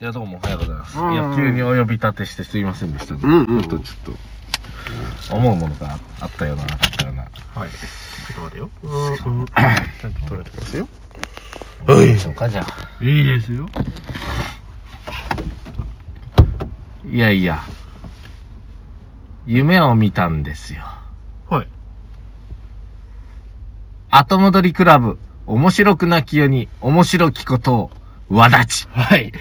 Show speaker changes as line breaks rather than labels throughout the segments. いや、どうも、おはようございます。
うん
いや、急にお呼び立てしてすいませんでした、ね。
うんうんうん
ちょっと、ちょっと、思うものがあったような、なかったような。
はい。ちょっと待てよ。うんうん。ちゃんと取れてますよ。
はい。でしょうか、じゃあ。
いいですよ。
いやいや、夢を見たんですよ。
はい。
後戻りクラブ、面白くなきように、面白きことを、わだ ち。
はい。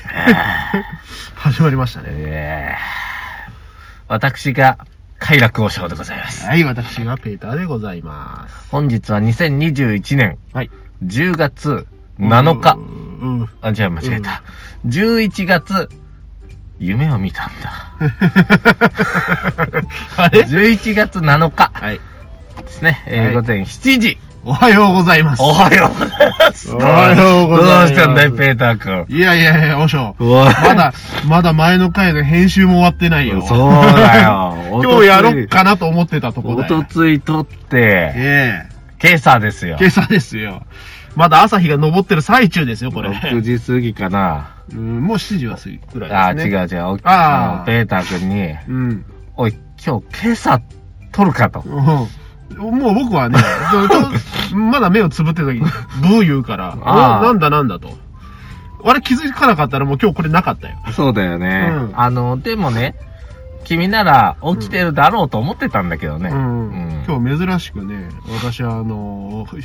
始まりましたね。
えー私が、快楽王将でございます。
はい、私がペーターでございます。
本日は2021年
はい。
10月7日
う。ん。うん
あ、じゃあ間違えた。11月、夢を見たんだ。
あれ
11月7日
はい。
ですね。えー
はい
午前7時。
おはようございます。
おはようございます。
おはようございま
ど
す
うしたんだい、ペーター君。
いやいやいや、おしょ。
おい
まだ、まだ前の回の編集も終わってないよ。。
そうだよ
今日やろっかなと思ってたとこ
お
だ
と
よ。
つい撮って、
ええ。
今朝ですよ
今。朝ですよ。まだ朝日が昇ってる最中ですよ、これ。
6時過ぎかな。
うん、もう7時は過ぎく
あ
らいで
ー、違
すね。
う違
う。
う。お
あ
あ
ー
のペーター君に、
うん。
おい、今日今朝撮るかと。
うんもう僕はね、 ちょまだ目をつぶってた時に、ブー言うから、
あ
おなんだなんだと。あれ気づかなかったらもう今日これなかったよ。
そうだよね。
うん
あの、でもね、君なら起きてるだろうと思ってたんだけどね。
うん。今日珍しくね、私はあのー、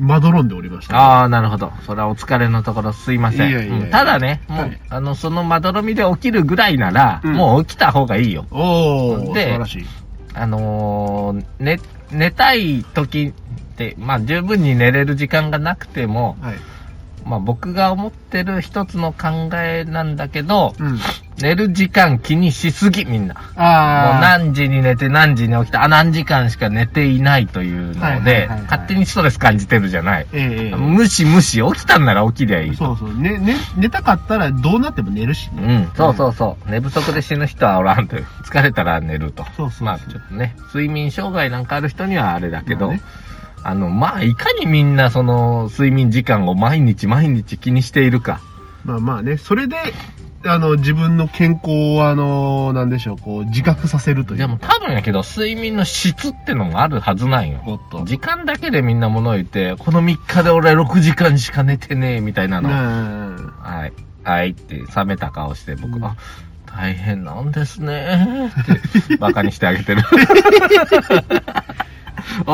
まどろんでおりました。
ああ、なるほど。それはお疲れのところすいません。
いやいやいや
うんただね、もう、
はい
あの、そのまどろみで起きるぐらいなら、
うん
もう起きた方がいいよ。
おー、素
で
晴らしい。
あのー、寝、寝たい時って、まあ、十分に寝れる時間がなくても、
はい。
まあ、僕が思ってる一つの考えなんだけど、
うん。
寝る時間気にしすぎ、みんな。もう
あ
何時に寝て何時に起きて、あ、何時間しか寝ていないというので、
はいはいはいはい
勝手にストレス感じてるじゃない
ー。。ええ
無視無視、起きたんなら起きりゃいい。
そうそう。ね、ね、寝たかったらどうなっても寝るし
う
ね。
ん、そうそうそう。寝不足で死ぬ人はおらんという。 疲れたら寝ると。
そうそうそう
まあちょっとね、睡眠障害なんかある人にはあれだけど、
まあね
あの、まあいかにみんなその睡眠時間を毎日毎日気にしているか。
まあまあね、それで、あの、自分の健康を、あの、なんでしょう、こう、自覚させるという。
でも多分やけど、睡眠の質ってのがあるはずなんよ。
おっと。
時間だけでみんな物を言って、この3日で俺6時間しか寝てねえみたいなの。
ね
はい、はいって冷めた顔して僕、
うん
あ、大変なんですねー ってバカにしてあげてる。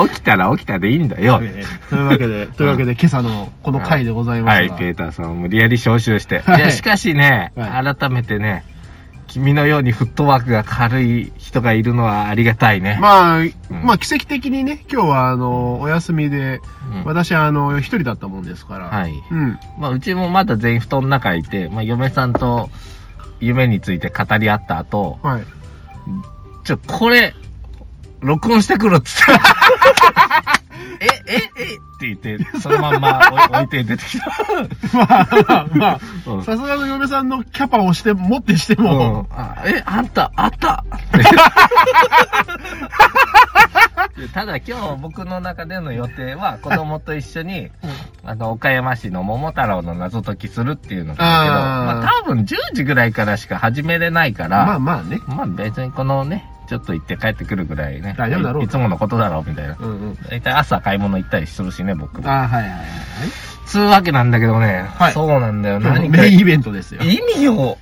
起きたら起きたでいいんだよ。
えというわけで、というわけで、今朝のこの回でございま
は
す
い、
が。
ペーターさんを無理やり招集して。
はい
いや、しかしね、
は
改めてね、君のようにフットワークが軽い人がいるのはありがたいね。
まあ、まあ、奇跡的にね、今日は、あの、お休みで、
うん
私、あの、一人だったもんですから。
はい
うん。
まあ、うちもまだ全員布団の中いて、まあ、嫁さんと夢について語り合った後、
はい。
ちょ、これ、録音してくるっつって。 え、え、えって言って、そのまんま 置い置いて出てきた。
まあ、ま
う
あ、
ん
さすがの嫁さんのキャパをして、持ってして
う
も、
ん、あえ、あんた、あったって ただ今日僕の中での予定は子供と一緒に、あの、岡山市の桃太郎の謎解きするっていうのだけど、
あー
まあ多分10時ぐらいからしか始めれないから、
まあまあね。
まあ別にこのね、ちょっと行って帰ってくるぐらいね。
大丈夫だろう
いつものことだろうみたいな。
うんうん。
大体朝買い物行ったりするしね、僕も。
ああ、はいはい
つうわけなんだけどね。
はい
そうなんだよ。
はい。
何か
メイン
意
イベントですよ。
味を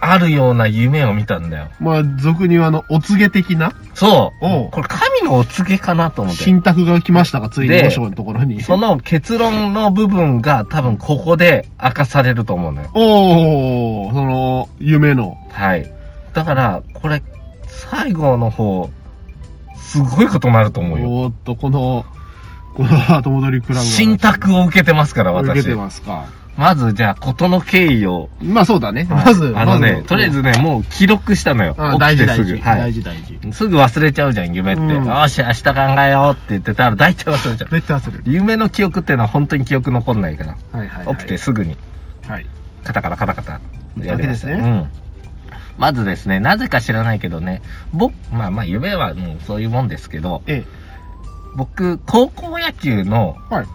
あるような夢を見たんだよ。
まあ、俗に言うあの、お告げ的な
そう。
おう
これ神のお告げかなと思って。
新宅が来ましたが、ついに
で
和尚のところに。
その結論の部分が多分ここで明かされると思うのよ。
おー、その、夢の。
はい。だから、これ、最後の方、すごいことになると思うよ。
おーっと、この、この後戻りクラブは。
新宅を受けてますから、
受け
私
て。ますか。
まず、じゃあ、ことの経緯を。
まあそうだね。まず、
あの
ま
ね
ず、
とりあえずね、もう記録したのよ。
うん、大
起きて
事大
すぐ
事。
はい
大事大事。
すぐ忘れちゃうじゃん、夢って。
うん
よし、明日考えようって言ってたら大体忘 れちゃう。
めっちゃ焦る。
夢の記憶っていうのは本当に記憶残んないから。
はいはい、はい。
起きて。すぐに、
はい。
カタカタカタカタやりました。
わけですね
うん。まずですね、なぜか知らないけどね、僕、まあまあ夢は、うん、そういうもんですけど、
ええ。
僕、高校野球の
はい。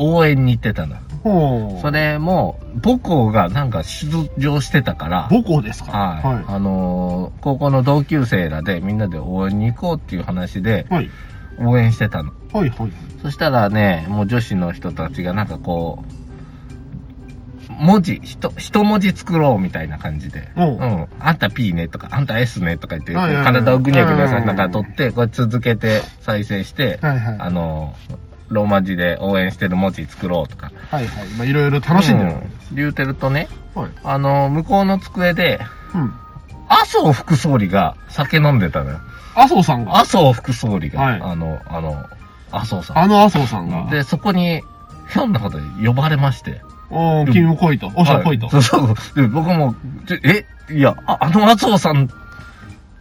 応援に行ってたの。
ほう。
それも、母校がなんか出場してたから、
母校ですか
はい。
は
あのー高校の同級生らでみんなで応援に行こうっていう話で
い。はい。
応援してたの。
はい。はい。
そしたらね、もう女子の人たちがなんかこう、文字、ひと、一文字作ろうみたいな感じで。
おう
うん。あんた P ねとか、あんた S ねとか言って、こう
はいはいはい
体をぐにゃぐにゃさせながら取って、これ続けて再生して、
はいはい。
あのーローマ字で応援してる文字作ろうとか。
はいはい。まあ、いろいろ楽しんでるわけです。
うん言うてるとね、
はい。
あのー向こうの机で、
うん。
麻生副総理が酒飲んでたのよ。
麻生さんが。
麻生副総理が、
はい
あの、あの、麻生さん。
あの麻生さんが。
で、そこに、ひょんなことで呼ばれまして。
おー、君も来いと。おっしゃ、来いと
は。そうそう。で、僕も、ちょえ、いや、ああの麻生さん、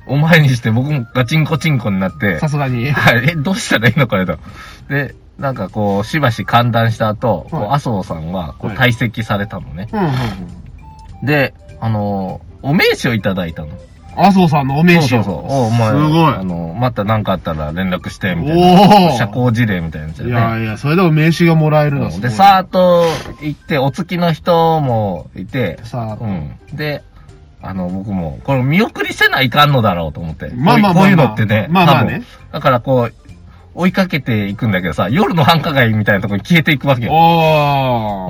お前にして僕もガチンコチンコになって
さ、すがに。
はい、え、どうしたらいいのかよと。で、なんかこう、しばし歓談した後、こう
はい
麻生さんはこう
は
退
い
席されたのね。
うんうんうん。
で、あのーお名刺をいただいたの。
麻生さんのお名刺
そうそ
を。
うそう。おお前、
すごい
あの、また何かあったら連絡して、みたい
お
な。
お
社交辞令みたいなやつ
い
だ
や
よね。
いや、それでも名刺がもらえるのはすごい
で、さーっと行って、お付きの人もいて、
さ
う
あ、
ん。で、あの、僕も、これ見送りせないかんのだろうと思って。
まあまあまあまあ
こういうこういうのってね。
まあまあね
多分。だからこう、追いかけていくんだけどさ、夜の繁華街みたいなところに消えていくわけよ。ほ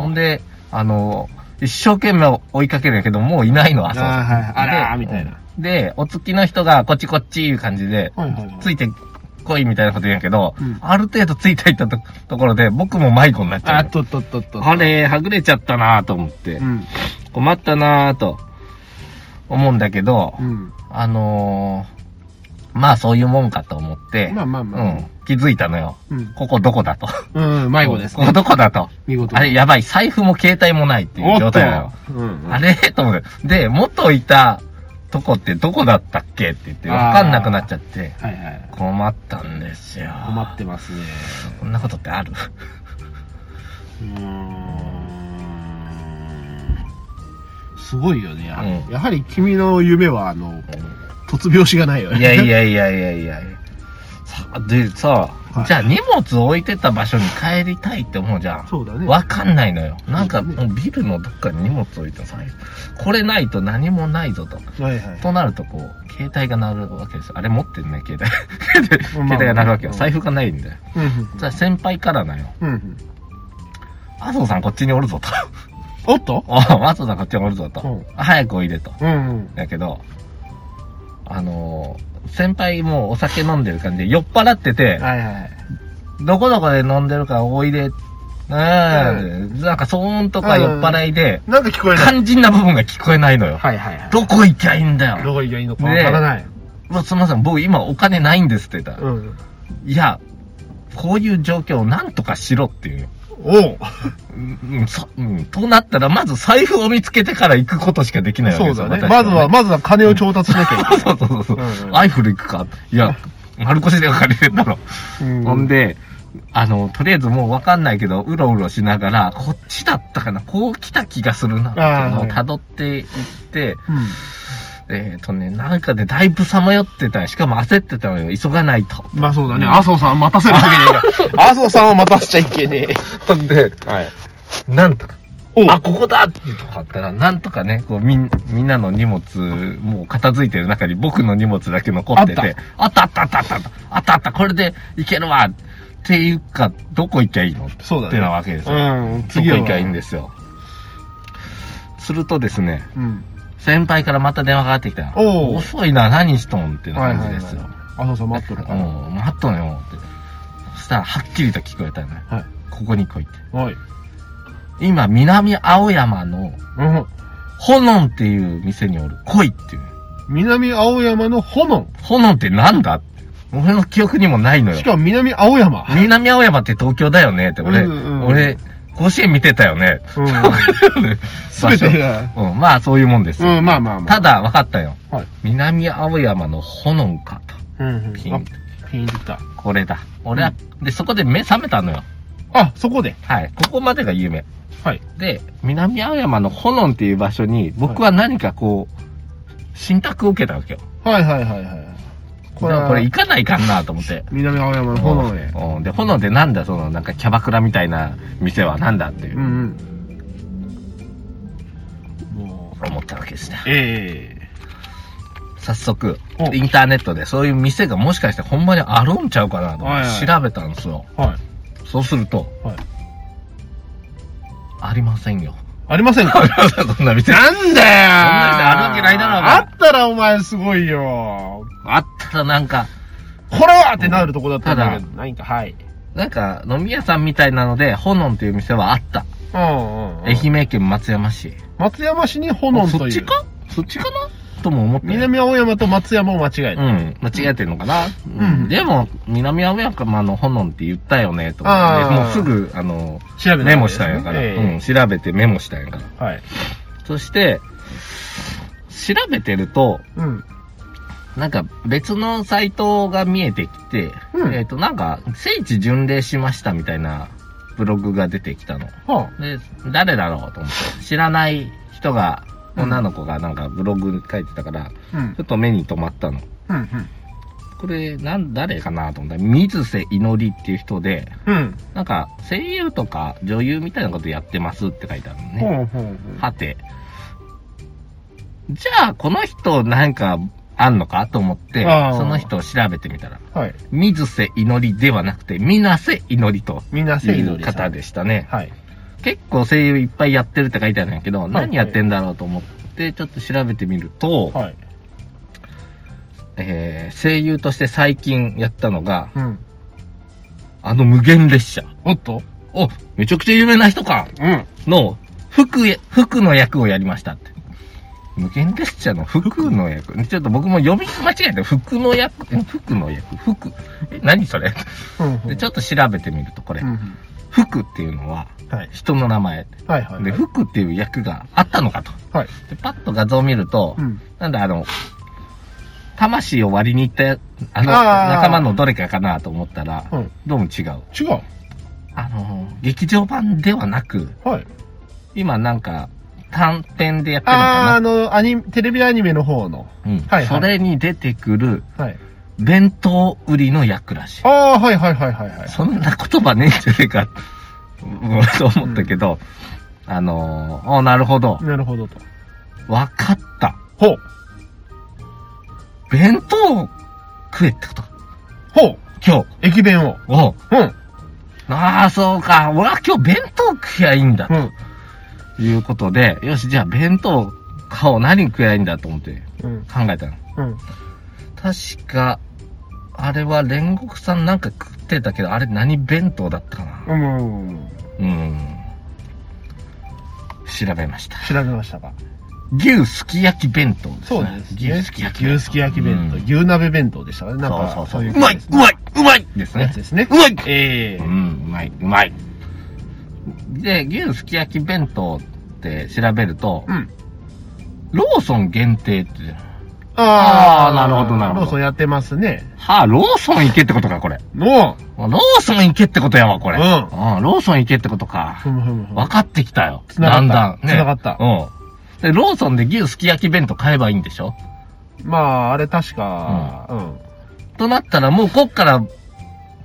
お
ん
ー。
で、あの、一生懸命追いかけるんやけど、もういないの、
あ
朝。
ーはいあらー、
で
みたいな。。
で、お付きの人が、こっちこっちいう感じで、
はいはいはい
ついてこいみたいなこと言うんやけど、
うん
ある程度ついていったとところで、僕も迷子になっちゃ
あ、
うの。
とっとっとっと。
あれ、はぐれちゃったなぁと思って、
うん。
困ったなぁと思うんだけど、
うん。
あのー、まあそういうもんかと思って、
まあまあまあ
うん、気づいたのよ。
うん。
ここどこだと。
うん、迷子です
ここ
ね。
どこだと。
見事。
あれ、やばい、財布も携帯もないっていう
お
状
っと
態なの。
うん
あれと思って。で、元いたとこってどこだったっけって言って、わかんなくなっちゃって、
はいはい。
困ったんですよ。
困ってますね。
こんなことってある
うーん。すごいよね、やはり。
うん
やはり君の夢は、あの、突拍子がないよね。
いやい。やいやいやいやさあでさ、
はい
じゃあ荷物置いてた場所に帰りたいって思うじゃん。
そうだね。
わかんないのよ。なんか
そう
もうビルのどっかに荷物置いてさ、これないと何もないぞと。
はいはい。
となるとこう、携帯が鳴るわけですよ。あれ持ってんね、携 帯。携
まあまあ
帯が鳴るわけよ。
うん
財布がないんだよ。
うん
じゃあ先輩からなよ。
うん。うんうん。
麻生さんこっちにおる ぞと。
おっと
お麻生さんこっちにおるぞと。
うん
早くおいでと。
うんうん。
だけど、あのー先輩もうお酒飲んでる感じで酔っ払ってて、
はいはい。
どこどこで飲んでるからおいで、うん、なんか騒音とか酔っ払いで、
なんか聞こえない。
肝心な部分が聞こえないのよ。
はいはいはい。
どこ行きゃいいんだよ。
どこ行きゃいいのかわ
ねえ
からない。
うわすみません、僕今お金ないんですって言ったら、
ん。
いや、こういう状況をなんとかしろっていう。
おう。
うんうん、そうん、となったら、まず財布を見つけてから行くことしかできないわけで
そう
すよ。
だね。
私
まずは、まずは金を調達しなきゃい け
そうそうそうそう、
うんうん
アイフル行くかいや、丸腰で借りてんだろ。
ない。
ほんで、あの、とりあえずもうわかんないけど、うろうろしながら、こっちだったかな、こう来た気がするな、っていうのを
あーはい
辿っていって、
うん。
えっ、とね、なんかでだいぶさまよってたよしかも焦ってたのよ、急がないと。
まあそうだね。麻生さんは待たせるわけねえ から。麻生さんは待たせちゃいけね
ほんで、はい。なんとか。
え。お
あ、ここだっていうとこあったら、なんとかね、こう、みん、みんなの荷物、もう片付いてる中に僕の荷物だけ残ってて、あったあったあったあったあった、あったあった、これでいけるわっていうか、どこ行きゃいいのっ
そうだ
て
ね
な。わけですよ。
うん。
次
は
行きゃいいんですよ。するとですね、
うん。
先輩からまた電話がかかってきたよ
おう
遅いな、何しとんっていう
はい
感
はい
じ
は
で
い。
すよ。
麻生さん待っとるから。
うん、待っとねよって。そしたら、はっきりと聞こえたのよ。
はい。
ここに来いって。
はい。
今、南青山の、
うん。
ホノンっていう店におる。来いっていう。
南青山の炎。
ホノンってなんだって俺の記憶にもないのよ
し。かも南青山。
南青山って東京だよねって、俺、
うんうん
俺、甲子園見てたよね。
うん。 すべ
場所
てが。
うん、まあそういうもんですよ。
うん、まあまあまあ。
ただ、分かったよ。
はい
南青山のホノンかと。
うんうん。
ピン
あピンってきた。
これだ。俺は、で、そこで目覚めたのよ。
あ、そこで。
はい。ここまでが夢。
はい。
で、南青山のホノンっていう場所に、僕は何かこう、信託を受けたわけよ。
はいはいはいはい。
これはこれ行かないかんなと思 って。
南青山の炎で。
うんで、炎でなんだ、その、なんかキャバクラみたいな店はなんだっていうう、
んうん。もう、
思ったわけですね。
え
早速
お、
インターネットでそういう店がもしかしてほんまにあるんちゃうかなと思っ
はいはい
て調べたんですよ。
えはい。
そうすると、
はい
ありませんよ。
ありませんか
そんな店。
なんだよ
あるわけないだろうが
あったらお前すごいよ
あったらなんか、
これはってなるとこだったんだけど
う。
ないんか、はい。
なんか飲み屋さんみたいなので、炎っていう店はあった。
うんうんうん。
愛媛県松山市。
松山市に炎という。
そっちかそっちかなとも思って。
南青山と松山を間違え
う
た。
ん、間違えてるのかな、
ん
うんでも、南青山の炎って言ったよね、と
あ
か、
ー
もうすぐ、あの、
調べた
メモしたんやから、
ええ
うん、調べてメモしたんやから。
はい。
そして、調べてると、
うん。
なんか別のサイトが見えてきて、
うん
えっ、と、なんか、聖地巡礼しましたみたいなブログが出てきたの。
は
で、誰だろうと思って、知らない人が、
うん
女の子がなんかブログ書いてたから、
あ。うん
ちょ。っと目に留まったの。
うん。
これ、なん、誰かなと思ったら、水瀬祈りっていう人で、
うん。
なんか、声優とか女優みたいなことやってますって書いてあるのね。
ほうほうほう。
はて。じゃあ、この人なんかあんのかと思って
あ、ー
その人を調べてみたら、
はい。
水瀬祈りではなくて、水瀬祈りと
みんなせ
い
いの
う方。でしたね。
はい。
結構声優いっぱいやってるって書いてあるんやけど、
い
何やってんだろうと思って、ちょっと調べてみると、
はい。
えー声優として最近やったのが、
うん。
あの無限列車。
おっと
お、めちゃくちゃ有名な人か
うん。
の、服や、服の役をやりましたって。無限列車の服の役。ちょっと僕も読み間違えた。服の役、服の役、服。え何それ
うん。
で、ち
ょっ
ょっと調べてみると、これ
と。う。ん。
服っていうのは、
はい。
人の名前。
はいはい。
で、服っていう役があったのかと。
はい。
で、パッと画像を見ると、
うん。
なんだあの、魂を割りに行った、あの、
あー
仲間のどれかかなと思ったら、
うん。
どうも違う。
違う。
あの、劇場版ではなく、
はい。
今なんか、短編でやってるの
あー、あ
か
の、アニメ、テレビアニメの方の。
なうん。
はいはい
それに出てくる、
はい。
弁当売りの役らしい。
ああ、はいはいはいはいはい。
そんな言葉ねえんじゃねえか、 うんと思ったけど、あのー、あなるほど。
なるほどと。
わかった。
ほう。
弁当を食えってこと。
ほう。
今日。
駅弁を。
おう
うん。
ああ、そうか。俺は今日弁当食やいいんだ。
うん。
ということで、よし、じゃあ弁当買おう。何食やいいんだと思って
うん。
考えたの。
うん。
確か、あれは煉獄さんなんか食ってたけど、あれ何弁当だったかな。
うん。
うん。調べました。
調べましたか。
牛すき焼き弁当ですね。
そうですね。
牛すき焼き弁当。
牛すき焼き弁当。
うん
牛鍋弁当でしたからね。なんか、
そうそうそう。
いう
まい、うまい、うまいです
や
ね
つ。ですね
う。まい
ええ
うん、うまい、うまい。で、牛すき焼き弁当って調べると、
うん。
ローソン限定って、
あ
あーなるほどなるほど
ローソンやってますね。
はあ、ローソン行けってことか、これ。
の、
ローソン行けってことやわ、これ。
うん
ああローソン行けってことか。
ふむふむふむ。
分かってきたよ。
つなが
だん
った
だん。
つながった
うん。で、ローソンで牛すき焼き弁当買えばいいんでしょ
まあ、あれ確か、うん。
となったら、もうこっから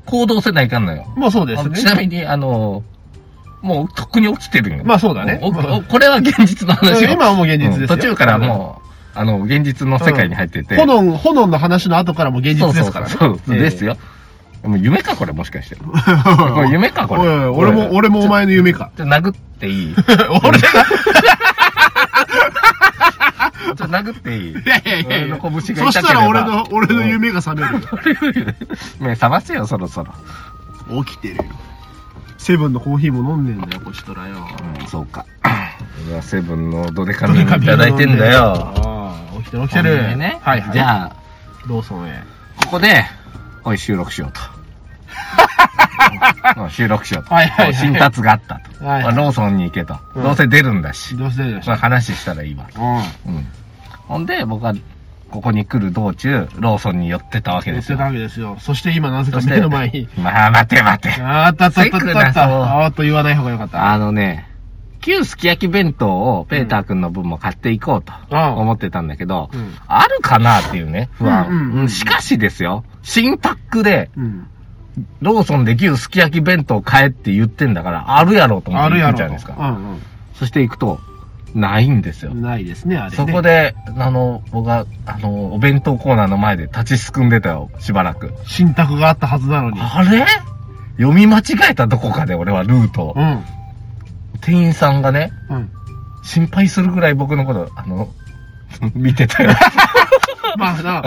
行動せないかんのよ。
まあそうで
あ
す
のちな
ね。
みに、あの、もうとっくに起きてるんよ。
まあそうだね。
おお
まあ
これは現実の話よ。
今はもう現実ですよ。
うん途中からもう、あの、現実の世界に入ってて。
炎、炎の話の後からも現
そ
実
う
で
そ
す
う
か
そ
ら
う。
ね。
そうですよ。もう夢か、これ、もしかして。これ夢か、こ
おい
れ。
おい俺も、俺もお前の夢か。
ちょっと殴っていいちょ
俺が、
っと殴っていい
いやいやいや
俺
いや
の拳が痛ければ
そしたら俺の、俺の夢が覚めるよ。
目覚ませよ、そろそろ。
起きてるよ。セブンのコーヒーも飲んでんだよ、こちとらよ。
うん、そうか。俺はセブンのドデカミンいただいてんだよ。
ああ、起きてる起きてる。
ほんでね。
はいはい。
じゃあ、
ローソンへ。
ここで、おい、収録し ようと。うん収録しようと。
はいはいはい
新達があったと。
はい
まあローソンに行けと。
うん
どうせ出るんだし。
どうしてでし
ま
ょ
あ話したらいいわ。
う
うん。ほんで、僕は、ここに来る道中、ローソンに寄ってたわけ
ん。
で
乗っ
す
て
よ
た。わけですよ。そして今、なぜか
そして
目の前に。
まあ、待て待て。
あーあったあったあったあったあ
せっくなそう
ーっと言わない方がよかった。
あのね、旧すき焼き弁当をペーター君の分も買っていこうと
ああ
思ってたんだけど、
うん
あるかなっていうね、不安、
うんうんうん
うんしかしですよ、新パックで、
うん。
ローソンで旧すき焼き弁当買えって言ってんだから、あるやろうと思っ
あ
て
る
行
や
くじゃ
ろ
ないです
と。
か。そして行くと、ないんですよ
う。んうん。ないですね、あれね。
そこで、あの、僕は、あの、お弁当コーナーの前で立ちすくんでたよ、しばらく。
新宅があったはずなのに。
あれ読み間違えたどこかで俺はルートを
う。ん。
店員さんがね、
うん。
心配するぐらい僕のこと、あの、 見てたよ。
まあな、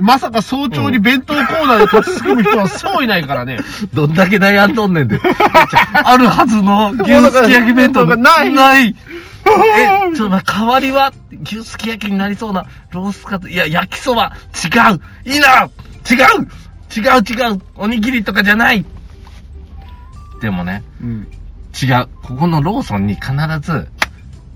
まさか早朝に弁当コーナーで立ちすくむ人はそういないか らね。
どんだけ悩んどんねんで。 あるはずの牛すき焼き弁 当が
ない
ないえ、ちょっと待って、代わりは牛すき焼きになりそうなロースカツ、いや、焼きそば、違ういいな違う違う違うおにぎりとかじゃないでもね、
うん。
違う。ここのローソンに必ず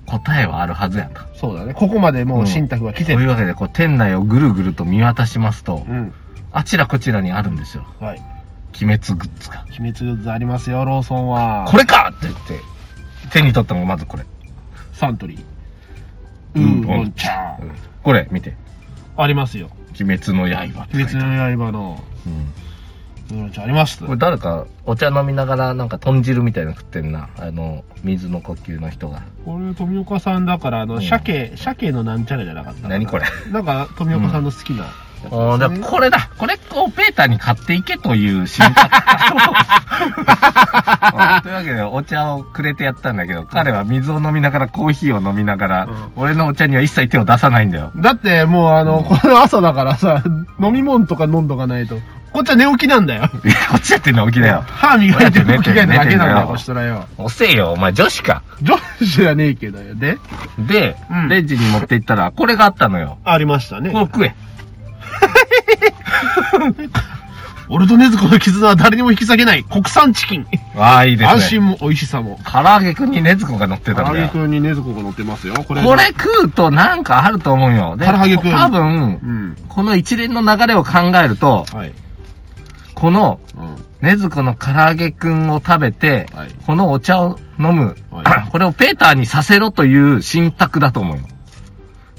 答えはあるはずやと。
そうだね。ここまでもう新宅は来て
とい
る。
うわけで、こう、店内をぐるぐると見渡しますと、
うん。
あちらこちらにあるんですよ。
はい。
鬼滅グッズが。
鬼滅グッズありますよ、ローソンは。
これかって言って、手に取ったのがまずこれ。
サントリ
う
ー。うんん、ボンちゃん。
これ、見て。
ありますよ。
鬼滅の刃って書
鬼
いて
滅
ある。
の刃の、
うん
ウーロン茶あります。
これ誰か、お茶飲みながら、なんか豚汁みたいなの食ってんな。あの、水の呼吸の人が。
これ富岡さんだからあの、
うん
鮭鮭のなんちゃらじゃなかったかな
何これ
なんか富岡さんの好きなやつですね、
おーだからこれだこれをペーターに買っていけという心配 うんというわけで、お茶をくれてやったんだけど、彼は水を飲みながら、コーヒーを飲みながら、
うん
俺のお茶には一切手を出さないんだよ。
だってもうあの、
うん
この朝だからさ飲み物とか飲んどかないとこっちは寝起きなんだよ
いやこっちやってんの起きだよ。
歯磨いて寝起きがいただ
寝て
けなんだよ
んだよ
こっちとらよ
遅えよ、お前女子か。
女子じゃねえけどよで
で、
うん
レジに持って行ったら、これがあったのよ。
ありましたね
これ食え。
俺と禰豆子の絆は誰にも引き裂けない国産チキン、
ああ、いいですね。
安心も美味しさも
唐揚げくんにねずこが乗ってた
唐
ん
揚
だ
げ
よ。
くんに禰豆子が乗ってますよこれ
これ食うとなんかあると思うよ。で
唐揚げくん
多分
う、ん
この一連の流れを考えると、
はい
この、
うん
ねずこの唐揚げくんを食べて、
はい
このお茶を飲む、
は
これをペーターにさせろという信託だと思うよ。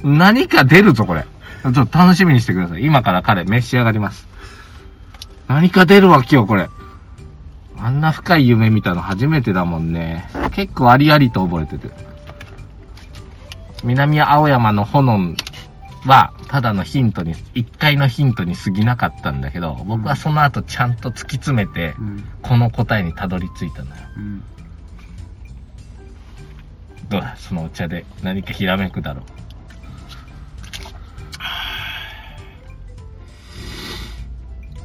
何か出るぞ、これ。ちょっと楽しみにしてください。今から彼、召し上がります。何か出るわ、今日これ。あんな深い夢見たの初めてだもんね。結構ありありと覚えてて。南青山の炎は、ただのヒントに、一回のヒントに過ぎなかったんだけど、僕はその後ちゃんと突き詰めて、
うん
この答えにたどり着いたのよ。
うん
どうだそのお茶で何かひらめくだろう。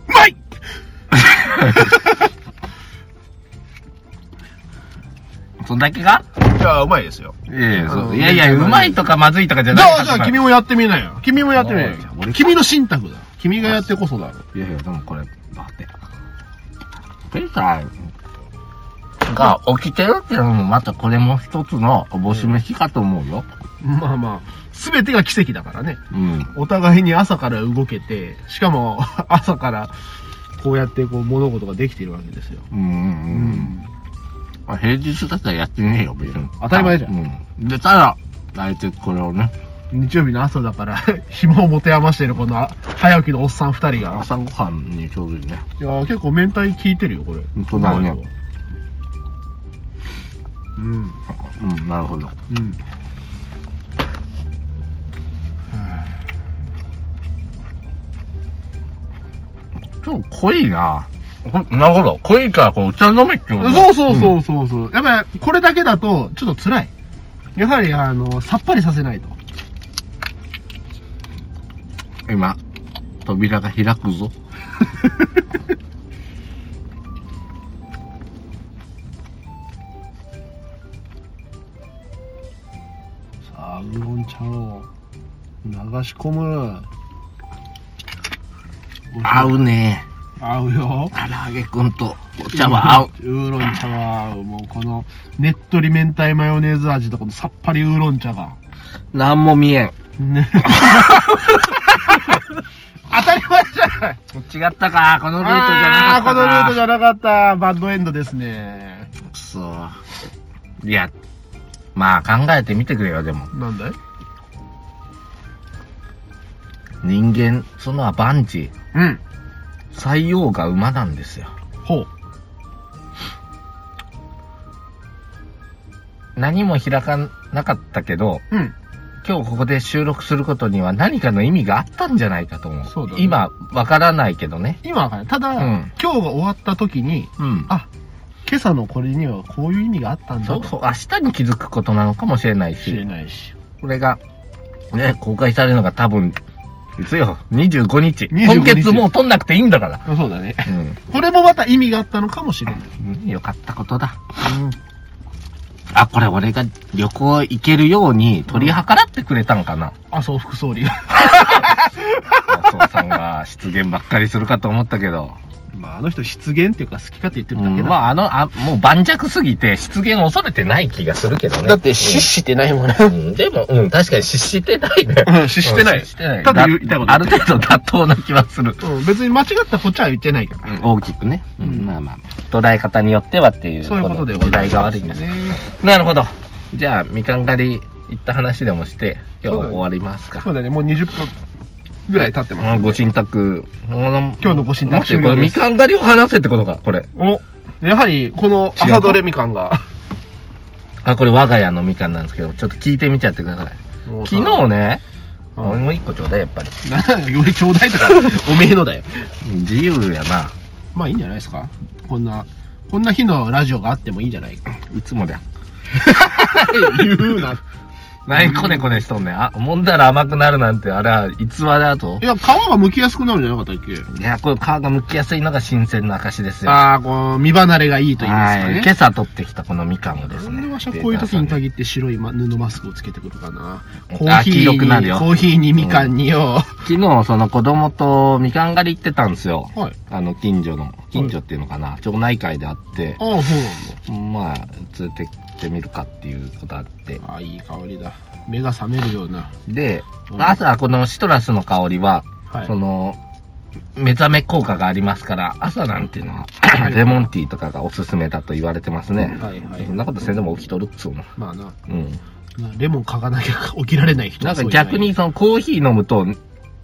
うまい
そんだけが
いやうまいですよ
いやいや、
あの
そういやいや、うまいとかまずいとかじゃ
じ
ない
ゃあ、じゃあ、君もやってみなよ。君もやってみな
おい
よ
俺。
君の信託だ。君がやってこそだろ。
いやいや、でもこれ、待って。ペーターが起きてるっていうのも、またこれも一つのおぼし飯かと思うよ。
まあまあ、すべてが奇跡だからね。
うん。
お互いに朝から動けて、しかも 朝から、こうやってこう物事ができているわけですよ。
うんうんう。。
うん
まあ平日だったらやってねえよ、別に。
当たり前じゃ
ん。うん。で、ただ、大体これをね、
日曜日の朝だから、 暇を持て余しているこのあ早起きのおっさん二人が。
朝ごはんにちょうどいいね。
いやー結構明太効いてるよ、これ。
本当だね
うん。
うん、なるほど。
うん。
ちょっと濃いな。ほなるほど。濃いから、こう、お茶飲めってことだ
そうそうそうそうそう、やっぱりこれだけだとちょっと辛いやはりあのさっぱりさせないと
今、扉が開くぞ。
さあウーロン茶を流し込む
合うね。
合うよ
唐揚げくんとお茶は合う。
ウーロン茶は合うもうこのねっとり明太マヨネーズ味とこのさっぱりウーロン茶が
なんも見えん。
ね当たり前じゃない
違ったか。このルートじゃなかったか。
あーこのルートじゃなかったバッドエンドですね
くそーいや、まあ考えてみてくれよ、でも。
なんだい
人間、そのは万事、
うん。
採用が馬なんですよ。
ほう。
何も開かなかったけど、
うん。
今日ここで収録することには何かの意味があったんじゃないかと思う。
そうだね
今、わからないけどね。
今はわかんない。ただ、
うん
今日が終わった時に、
うん。
あ、今朝のこれにはこういう意味があったんだ
そう
と
そう、明日に気づくことなのかもしれない
知れ
し、
ないし。
これが、ね、公開されるのが多分、いつよ、25日。
25日
今月もう取んなくていいんだから。
そうだね。
う
これもまた意味があったのかもしれない。
ん。よかったことだ。あ、これ俺が旅行行けるように取り計らってくれたのかな。
麻生副総理が。
麻生さんが失言ばっかりするかと思ったけど。
まあ、あの人失言っていうか好き勝手言ってるだけだ。
まあ、あの、あ、もう盤石すぎて、失言恐れてない気がするけどね。
だって死してないもんね。
うん、でも、うん、確かに失してないね。
うん失してない
失してない。
ただ言いたいこと
ある程度妥当な気はする。
うん、別に間違ったこっちは言ってないから。
大きくね。う
うん
ん、まあまあ。捉え方によってはっていう。
そういうことで
の時代が悪いんです。
ね。
なるほど。じゃあ、みかん狩り行った話でもして、今日は終わりますか。
そうだね、もう20分ぐらい経ってます。
うんご神託。今
今日のご神託終
これ、
了で
み
す
かん狩りを話せってことか、これ。
お、やはり、この朝どれみかん が。
あ、これ我が家のみかんなんですけど、ちょっと聞いてみちゃってください。
昨
昨日ね、
うん
俺も一個ちょうだい、やっぱり。
なんかよりちょうだいとか、おめえのだよ。
自由やな。
まあいいんじゃないですかこんな、こんな日のラジオがあってもいいんじゃない
いつもだ。
言うな。
何コネコネしとんねん。あ、揉んだら甘くなるなんて、あれは逸話だと
い。や、皮が剥きやすくなるんじゃなかったっけ
いや、これ皮が剥きやすいのが新鮮な証ですよ。
ああ、この、身離れがいいと言いますか
はい
ね。
今朝取ってきたこのみかんをです
なんで
ね。
わしはこういう時に限って白いま布マスクをつけてくるか な。コー
あ
ヒ
黄
ー
色
に、
くなるよ
コーヒーにみかんによ。
昨日、その子供とみかん狩り行ってたんですよ。
はい。
あの、近所の、近所っていうのかな、町内会であって
あ、あ、そう
まあ、連れてってみるかっていうことあって
な。の。ああ、いい香りだ。目が覚めるような。
で、
うん
朝、このシトラスの香りは、
はい。
その、目覚め効果がありますから、朝なんていうのは、
い
レモンティーとかがおすすめだと言われてますね。
はいはい
そんなことせんでも起きとるっつうの。
まあな、
うん。
なレモン嗅がなきゃ起きられない人
な
は
んか
そうじゃい
逆に、そのコーヒー飲むと、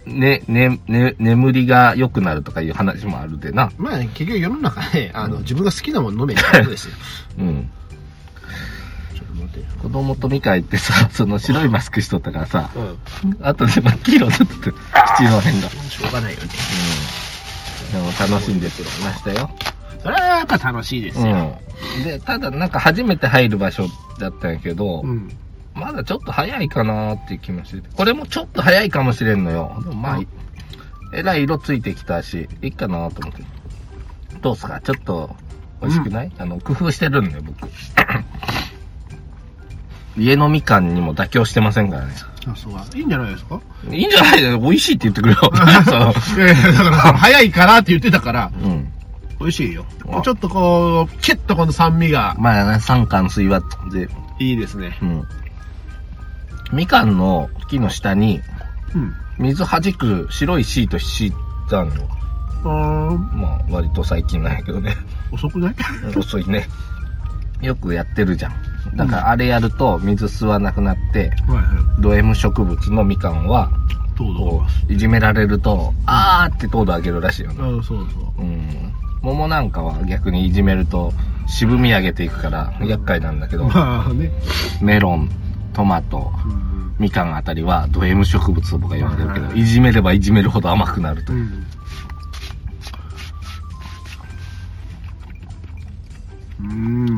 ね、ね、ね、眠りが良くなるとかいう話もあるでな。
まあね、結局世の中ね、あの、自分が好きなもの飲めってことですよ。
うん。
ちょっと待ってよ。
子供とミカ行ってさ、 その白いマスクしとったからさ、
うん。
あとで真っ黄色だったって、口の辺が。
しょうがないよね。
うん。でも楽しんでくれましたよ。
それはやっぱ楽しいですよ。
うん。で、ただなんか初めて入る場所だったんやけど、
うん。
まだちょっと早いかなーっていう気もしてて。これもちょっと早いかもしれんのよ。でもまあ、
うん
えらい色ついてきたし、いいかなーと思って。どうすかちょっと、美味しくない、あの、工夫してるんで、僕。 家のみかんにも妥協してませんからね。
あ、そうか。いいんじゃないですか
いいんじゃない美味しいって言ってくれ よ。そう
ええ、だから、 早いからって言ってたから、
うん。
美味しいよ
あ。
ちょっとこう、キュッとこの酸味が。
まあね、三寒水は、で、
いいですね。
うん。みかんの木の下に、
うん。
水弾く白いシート敷いたのよ。
あー
まあ、割と最近なんやけどね。
遅くない
遅いね。よくやってるじゃん。だから、あれやると水吸わなくなって、
はいは
ド M 植物のみかんは、
い。どう
こ
ぞ。
う、いじめられると、あーって糖度上げるらしいよね。
うん、そうそう。
うん。桃なんかは逆にいじめると、渋み上げていくから、厄介なんだけど、
まあね。
メロン、トマト、
うん。
みかんあたりはド M 植物と僕が呼んでるけ
はい
ど、
はい
いじめればいじめるほど甘くなると。
うん。うん。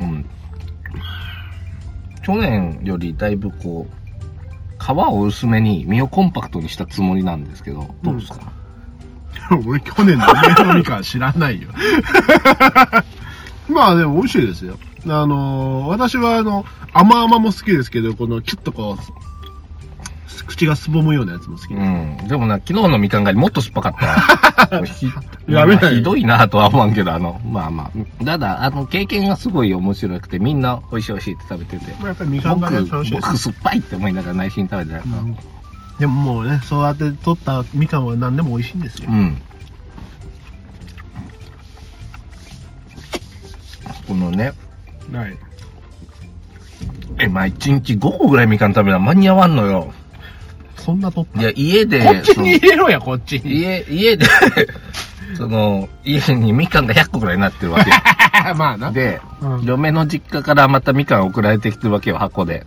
うん。去年よりだいぶこう、皮を薄めに身をコンパクトにしたつもりなんですけど、どうですか、
俺去年の梅のみかん知らないよ。 まあでも美味しいですよ。あのー私はあの、甘々も好きですけど、このキュッとこう、口がすぼむようなやつも好き
う
です。
ん、でもな、昨日のみかん狩りもっと酸っぱか った。ひ
やめ
まあ
たい
ひどいなとは思わんけど、あの、まあまあ。ただ、あの、経験がすごい面白くて、みんな美味しい美味しいって食べてて。
まあやっぱりみかんが
僕、
ね、楽しいです。
僕酸っぱいって思いながら内心食べてたから。
うんでももうね、そうやって取ったみかんは何でも美味しいんですよ
う。ん。このね、
はい。
え、まあ、一日5個ぐらいみかん食べな間に合わんのよ。
そんなとっ
いや、家で、
こっちに入れろや、こっち
その
に。
家、家で、 その、家にみかんが100個ぐらいになってるわけよ。
まあな。
で、
うん
嫁の実家からまたみかん送られてきてるわけよ、箱で。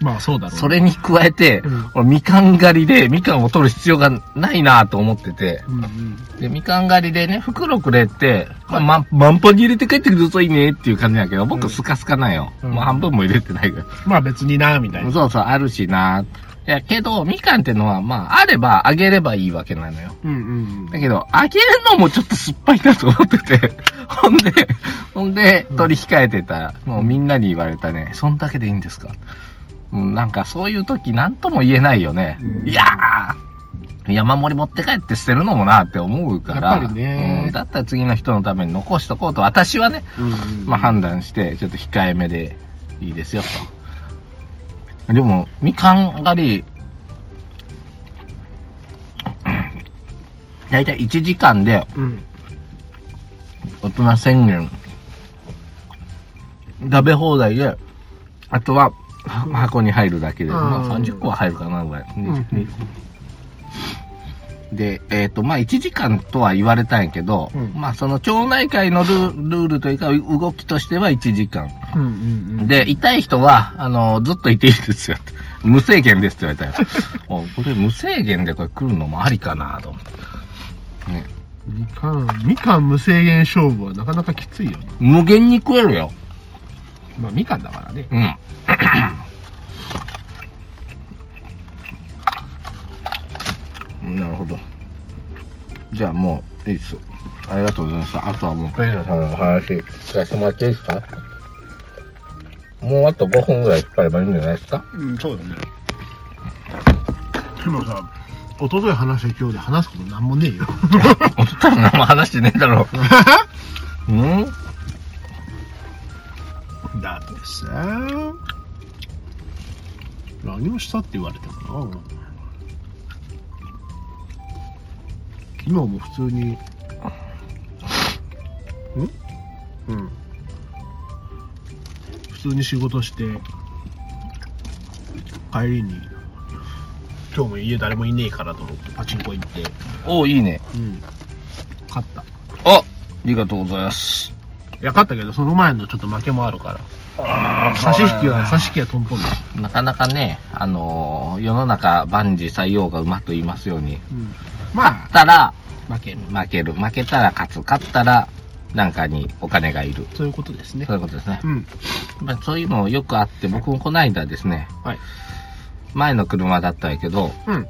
まあそうだろう。
それに加えて、
うん
俺みかん狩りでみかんを取る必要がないなと思ってて、
うんうん。
で、みかん狩りでね、袋くれて、まあ、ま満杯に入れて帰ってくるといいねっていう感じだけど、僕スカスカなんよ。
うん
もう半分も入れてないから。
まあ別にな、みたいな。
そうそう、あるしな。いや、けど、みかんってのは、まあ、あれば、あげればいいわけなのよ。
うんうん
だけど、あげるのもちょっと酸っぱいなと思ってて。 ほんで、ほんで、取り控えてた。もうみんなに言われたね。そんだけでいいんですかうん、なんかそういう時何とも言えないよね。
うん
いやー山盛り持って帰って捨てるのもなって思うから。
やっぱりね
うんだったら次の人のために残しとこうと、私はね、
うん
まあ、判断して、ちょっと控えめでいいですよ、と。でも、みかん狩り、 だいたい1時間で
うん。
大人宣言、食べ放題で、あとはは箱に入るだけで、
うん
まあ30個は入るかな、ぐらい。
うん
で、えっ、と、まあ、1時間とは言われたんやけど、
うん
まあ、その町内会のルールールというか、動きとしては1時間。
うんうん。
で、痛い人は、あの、ずっといていいですよって。無制限ですって言われた よ。おこれ無制限でこれ来るのもありかなと思って。ね。
みかん、みかん無制限勝負はなかなかきついよね。
無限に食えるよ。
まあみかんだからね。
うん。 なるほど。じゃあもう、いいっす。ありがとうございます。あとはもう、クリナさんのお話、聞かせてもらっていいですかもうあと5分ぐらい引っ張ればいいんじゃないですか
うん、そうだね。
でもさ、一昨日話した今日で話すことなんもねえよ。
おったら何も話してねえだ ろう。うん
だってさ、何をしたって言われてもな。今も普通に、んうん。普通に仕事して、帰りに、今日も家誰もいねえからと思ってパチンコ行って、
おいいね。
うん。勝った。い
あありがとうございます。
や、勝ったけど、その前のちょっと負けもあるから。差し引きは、差し引きはトントンだ。
なかなかね、あのー世の中万事採用が馬と言いますように。
うん。まあ、
勝ったら
負ける。
負ける。負けたら勝つ。勝ったらなんかにお金がいる。
そういうことですね
そ。ういうことですね。
うん。
まあ、そういうのよくあって、僕もこの間ですね、
はい。
前の車だったんやけど、
うん。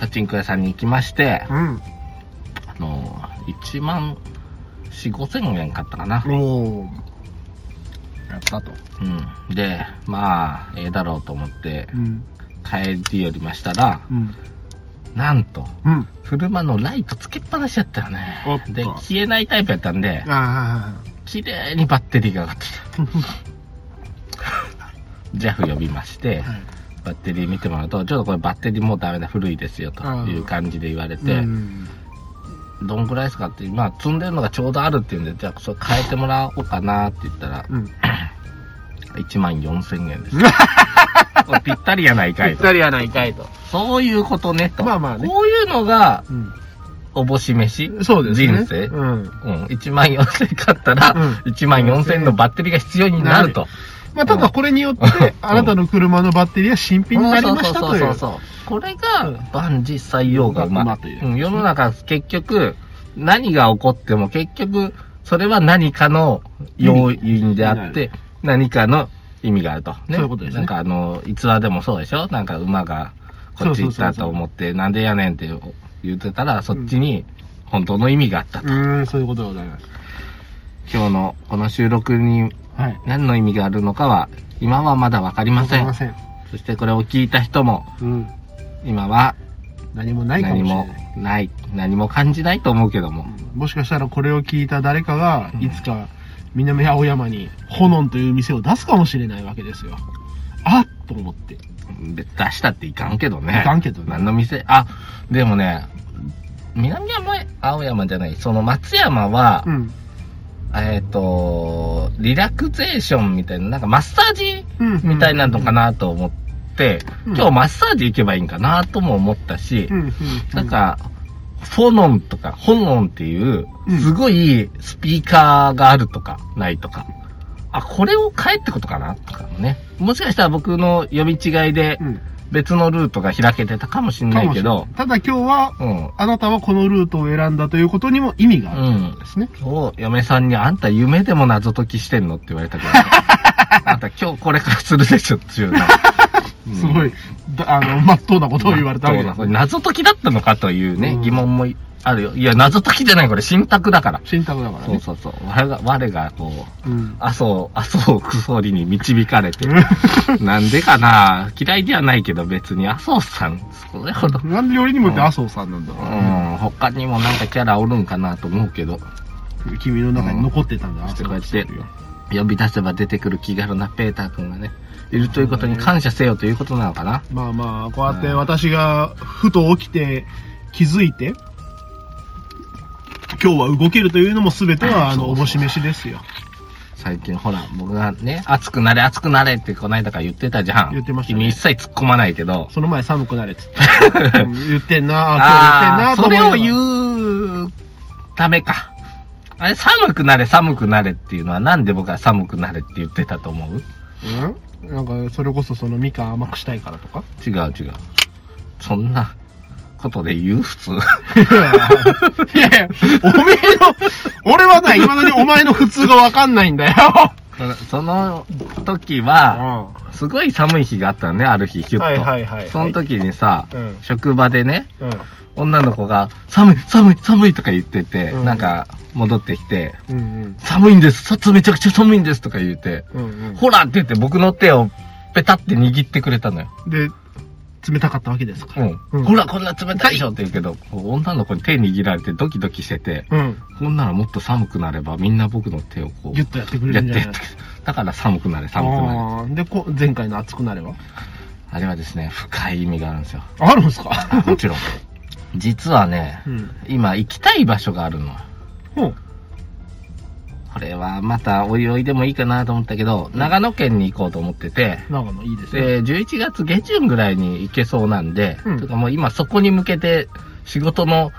パチンコ屋さんに行きまして、
うん。
あのー、1万4、5千円買ったかな。
おー。やったと。
うん。で、まあ、ええだろうと思って、
うん。
帰りよりましたら、
うん。
なんと、
うん。
車のライトつけっぱなしだったよね
おっ。と
で、消えないタイプやったんで、
あ
綺麗にバッテリーが上がって きた。JAF 呼びまして
あ。、はい。
バッテリー見てもらうと、ちょっとこれバッテリーもうダメだ、古いですよ、という感じで言われて、
うん。
どんぐらいですかって、まあ、積んでるのがちょうどあるっていうんで、じゃあ、それ変えてもらおうかなって言ったら、
うん。
1万4000円です。 これぴったりやないかいと。
りやないかいと。
そういうことね、と。
まあまあね
こういうのが、
う
おぼし飯。
ん。そうですね。
人生
うん。
うん、1万4000買ったら、
う
1万4000のバッテリーが必要になると。
まあ、ただこれによって、あなたの車のバッテリーは新品になりましたとい
そうそう
う。
そうそうこれが、万事採用が馬
馬という
うん世の中、結局、何が起こっても、結局、それは何かの要因であって、何かの意味があると。
そういうことですね
なんかあの、逸話でもそうでしょなんか馬が、こっち行ったと思って、なんでやねんって言ってたら、そっちに、本当の意味があったと。
うーん、そういうことでございます。
今日のこの収録に
はい。
何の意味があるのかは、今はまだわかりません。
せん。
そしてこれを聞いた人も、
うん。
今は
何もないかもし
何
れ
も
ない。
ない、何も感じないと思うけども。
もしかしたらこれを聞いた誰かが、いつか南青山に炎という店を出すかもしれないわけですよ。あっと思って。
出したっていかんけどね。
いかんけどね
何の店、あ、でもね、南山、青山じゃない、その松山は
う、ん。
えっ、と、リラクゼーションみたいな、なんかマッサージ
うん
みたいなのかなと思って、
うん
今日マッサージ行けばいいんかなとも思ったし、
うんうん
なんか、フォノンとか、ホノンっていう
う、ん
すごいスピーカーがあるとか、ないとか。あ、これを変えってことかなとかね。もしかしたら僕の読み違いで
うん
別のルートが開けてたかもしれ
か
ない
もし
け
れな
ど
い、ただ今日は、
うん。
あなたはこのルートを選んだということにも意味があ
う
る
ん
ん。ですね。
今日、嫁さんにあんた夢でも謎解きしてんのって言われた けど、あんた今日これからするでしょっていうな。
すごい、だあの、まっとうなことを言われたわ
ま
けで
あ
す
そうだ謎解きだったのかというね、
うん
疑問もあるよ。いや、謎解きじゃない、これ、信託だから。
信託だから
そう
ね。
そうそう。我が、我が、こう、
うん
麻生、麻生くそりに導かれて。なんでかな嫌いではないけど別に麻生さん、それほど。
なんでよりにもよって麻生さんなんだ
う
ろ
ん、他にもなんかキャラおるんかなと思うけど、
う。君の中に残ってたんだ、麻
そ
生
うや
さん
って呼び出せば出てくる気軽なペーター君がね、いるということに感謝せよということなのかな。
まあまあ、こうやって私がふと起きて気づいて、今日は動けるというのも全ては、あの、
そうそう
おぼし飯ですよ。
最近ほら、僕がね、熱くなれ熱くなれってこないだから言ってたじゃん。
言ってましたね
君一切突っ込まないけど。
その前寒く なれっつって。うん言ってんな、あ
あ
今日言ってんな、と
ーそ
思い
れ
なが
を
ら
言うためか。あれ、寒くなれ、寒くなれっていうのは、なんで僕は寒くなれって言ってたと思う
うんなんか、それこそそのみかん甘くしたいから とか
違う違う。そんなことで言う普 通。
いやいや、おめえの、俺はな、未だにお前の普通がわかんないんだよ。
そのその時は、すごい寒い日があったのね、ある日、ひゅっと。
はいはいはいはい
その時にさ、
うん
職場でね、
うん。
女の子が、寒い、寒い、寒いとか言ってて、
うん
なんか、戻ってきて、
うん
寒いんです、外めちゃくちゃ寒いんですとか言って、
うん。うん
ほらって言って僕の手をペタって握ってくれたのよ。
うん。で、冷たかったわけですか。
うん。
うん
ほら、こんな冷たいでしょって言うけど、こう女の子に手握られてドキドキしてて、
うん。
こんならもっと寒くなればみんな僕の手をこう、
ギュッとやってくれ
や
る
っ
ん
て
じゃ
や
な
っ
い
てだから寒くなれ、寒くなれ。
あーで、こ前回の熱くなれば
あれはですね、深い意味があるんですよ。
あるんすか
も ちろん。実はね、
うん。
今行きたい場所があるの。
ほう。
これはまたおいおいでもいいかなと思ったけど、長野県に行こうと思ってて、
長野いいですね。
で、11月下旬ぐらいに行けそうなんで、
うん
とかもう今そこに向けて仕事の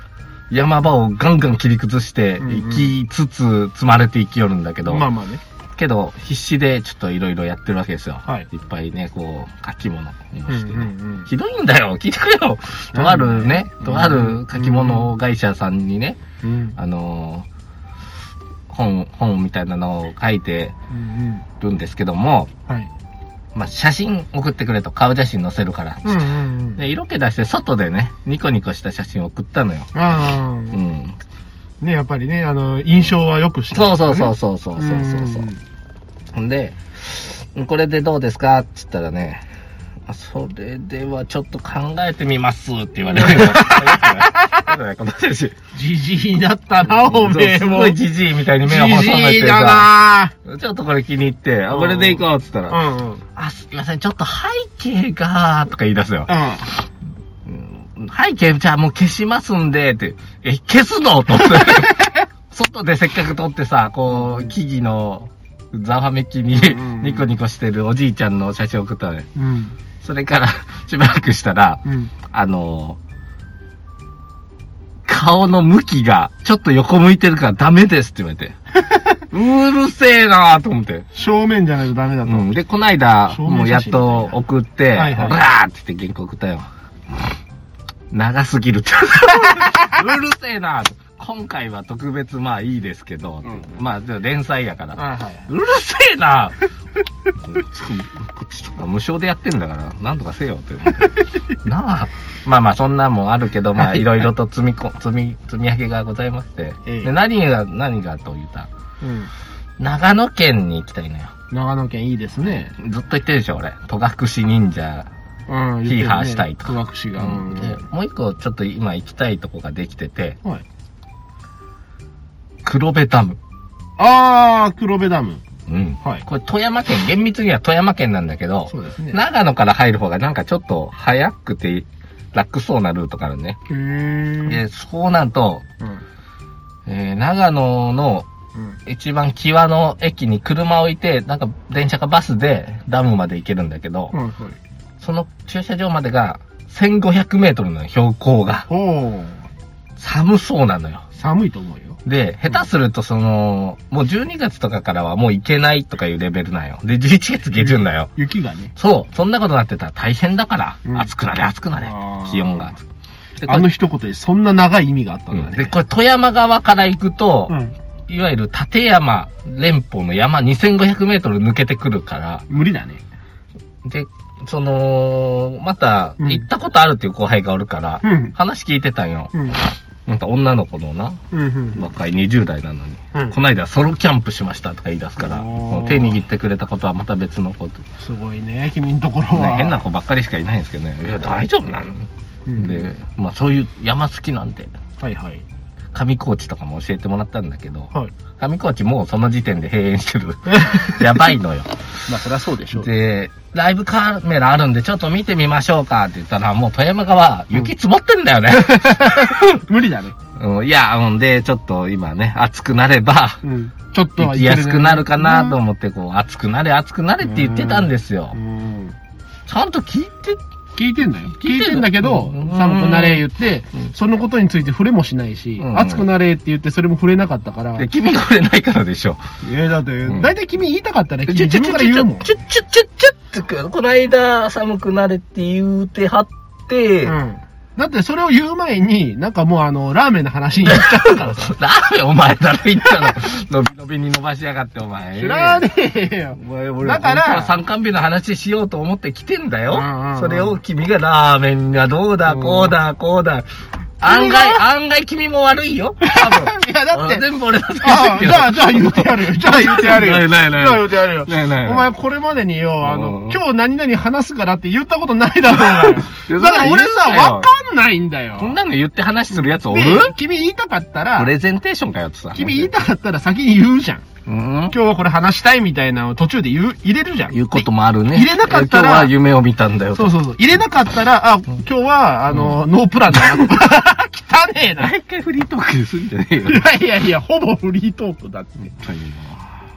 山場をガンガン切り崩して
うんうん
行きつつ積まれていきよるんだけど、
まあまあね。
けど必死でちょっといろいろやってるわけですよ。
はい
っぱいね、こう、書き物にも
うん
してね、
うん
ひどいんだよ聞いてくれ よとあるね、
うん
とある書き物会社さんにね、
うん。うん
あのー本、本みたいなのを書いて
うん
るんですけども、
うん。はい。
まあ、写真送ってくれと、顔写真載せるから。
うんうんうん。
で、色気出して外でね、ニコニコした写真を送ったのよ。
ああ。
うん。
ね、やっぱりね、あの、印象は良くしたい
そう
ですね、
そうそうそうそうそうそうそう。ほんで、これでどうですかって言ったらね、あそれではちょっと考えてみますって言わ れるよ。よくないこの人たち
じじいだったな、おめえ
す
も
ご。いじじいみたいに目を細め
じじい
て
だ
さ、
な
ちょっとこれ気に入って、あ、これで行こうって言ったら、
うんうん。うん。
あ、すいません、ちょっと背景が、とか言い出すよ。うん背景、じゃあもう消しますんで、って、え、消すのと思 って。外でせっかく撮ってさ、こう、木々のざわめきに
うんうんうん
ニコニコしてるおじいちゃんの写真送ったのね。
うん。
それから、 しばらくしたら、
うん。
あの顔の向きがちょっと横向いてるからダメですって言わ れて。うるせえなーと思って。
正面じゃないとダメだと。
うん。で、こないだ、
正
もう
面
や
写
っ
真みたいな
と送って、
は
はい
いはい
ーって言って原稿送ったよ。長すぎるって。 うるせえなー今回は特別まあいいですけど、
ん
まあでも連載やから。
はいはい。
うるせえなこっちとか無償でやってんだから、なんとかせよって思 って。なあ。まあまあ、そんなんもあるけど、まあ、いろいろと積みこ、積み、積み上げがございまして。
ええ
で何が、何がと言ったら
うん。
長野県に行きたいのよ。
長野県いいですね。
ずっと言ってるでしょ、俺。戸隠忍者。
うん。
ヒーハーしたいと
戸隠が。うん
でもう一個、ちょっと今行きたいとこができてて、
はい。
黒部ダム。
あー、黒部ダム。
うん。
はい
これ富山県、厳密には富山県なんだけど、
そうですね。
長野から入る方がなんかちょっと早くて楽そうなルートがあるね。
へー。
で、そうなると、
うん
えー長野の一番際の駅に車置いて、なんか電車かバスでダムまで行けるんだけど、
はいはい。
その駐車場までが1500メートルなの、標高が。
ほう。
寒そうなのよ。
寒いと思うよ。
で、下手するとその、もう12月とかからはもう行けないとかいうレベルなんよ。で、11月下旬だよ。
雪がね。
そう、そんなことなってたら大変だから、
うん
暑くなれ暑くなれ
あ、ー
気温が暑く。でこれ
あの一言でそんな長い意味があった
うん
だ
んで、
ね。
これ富山側から行くと、
うん。
いわゆる立山連峰の山2500メートル抜けてくるから、
無理だね。
で、その、また、
うん
行ったことあるっていう後輩がおるから、
うん。
話聞いてたんよ。
うん。
なんか女の子のな、
うん。うん。
若い20代なのに、
うん
こ。ないだソロキャンプしましたとか言い出すから、
おー
手握ってくれたことはまた別のこと。
すごいね、君のところ
ね
は。
変な子ばっかりしかいないんですけどね。いや、大丈夫なの、
うん
で、まあそういう山好きなんで、
はいはい。
上高地とかも教えてもらったんだけど、
はい。
上高地もうその時点で閉園して る。やばいのよ。
まあ、そりゃそうでし ょう。
で、ライブカメラあるんでちょっと見てみましょうかって言ったら、もう富山側、雪積もってんだよね。
無理だね。
うん、いや、うんで、ちょっと今ね、暑くなれば、
うん。ちょっと
行
は
きやすくなるかなと
思
思って、こう、暑くなれ、暑くなれって言ってたんですよ
う。ん。
ちゃんと聞いて、
聞いてんだよ。
聞
聞
い
い
て
て
ん
ん
だ
だけど
うん、
寒くなれ言って
うん、
そのことについて触れもしないし
う、ん
熱くなれって言ってそれも触れなかったから。
で君がこれないからでしょ。
え、だって
ん
大体君言いたかったら
ち
君
ょち
自
ょ
分
ちょ
から
ちょ
言うもん。
ちょちょちょちょって、この間寒くなれって言うてはって、
うん。だってそれを言う前に、なんかもうあの、ラーメンの話に行っちゃったからさ。
なんでお前誰言ったの伸び伸びに伸ばしやがってお前。
知らねえよ。
お前俺
だから
本当は参観日の話しようと思って来てんだよ。
うんうんうん
それを君がラーメンがどうだ、
うん
こうだ、こうだ。案外、案外君も悪いよ。多分
いや、だって、
全部俺のせい
あ
だ
あ、
け
じ
ど。
ゃあ、じゃあ言ってやるよ。じゃあ言ってやるよ。
ないないない
じゃあ言ってやるよ。
ないないない
お前これまでによ、あ
うん
の、今日何々話すからって言ったことないだろうがよ
いや。
だから俺
そ
さ、
れは言うなよ
わかんないんだよ。
こんなの言って話するやつおる
で君言いたかったら
プ、レゼンテーションかよってさ。
君言いたかったら先に言うじゃん。
うん
今日はこれ話したいみたいなのを途中で言う、入れるじゃん。
言うこともあるね。
入れなかったら
今日は夢を見たんだよ
そ
と。
うそうそう。入れなかったら、あ、今日は、あの、ノープラ ンだな。汚ねえな。い
毎回フリートークにすんじゃねえよ。
やいやいや、ほぼフリートークだって。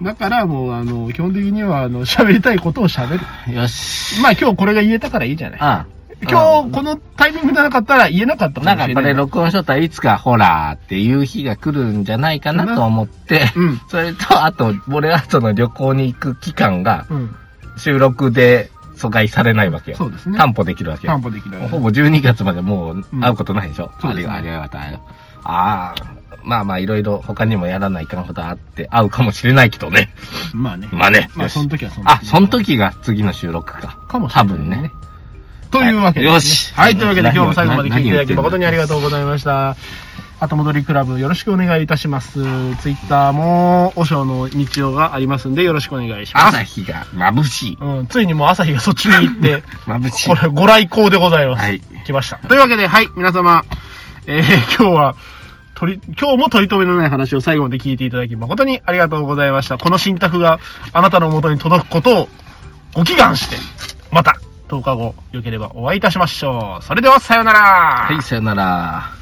だからもう、あの、基本的には、あの、喋りたいことを喋る。
よし。
まあ今日これが言えたからいいじゃない。
あ
今日このタイミングじゃなかったら言えなかったかも
なん
しれな
か
い。
これ録音しとったらいつかホラーっていう日が来るんじゃないかなと思って、
うん。
それと、あと、俺はその旅行に行く期間が
うん。
収録で阻害されないわけよ。
そうですね。
担保できるわけよ
担。保できる。
ほぼ12月までもう
うん
会うことないでしょ。
そう
あれ
ですね
があれがまたあれああ、まあまあいろいろ他にもやらないかんことあって会うかもしれないけどね。
まあね。
まあね。
まあ
よし
その時はその時
あ、その時が次の収録か。
かもしれ
多
ない。
分ね。。
というわけで、
よし
はい、というわけで今日も最後まで聞いていただき
何を
誠にありがとうございました。後戻りクラブよろしくお願いいたします。ツイッターも、お正の日曜がありますんでよろしくお願いします。
朝日が眩しい。
うん、ついにもう朝日がそっちに行 って、
眩しい
こ。れご来光でございます。
はい。
来ました。というわけで、はい、皆様、えー、 今日は、とり、今日も取り留めのない話を最後まで聞いていただき誠にありがとうございました。この信託があなたの元に届くことをご祈願して、また10日後、良ければお会いいたしましょう。それでは、さようなら。
はい、さよなら。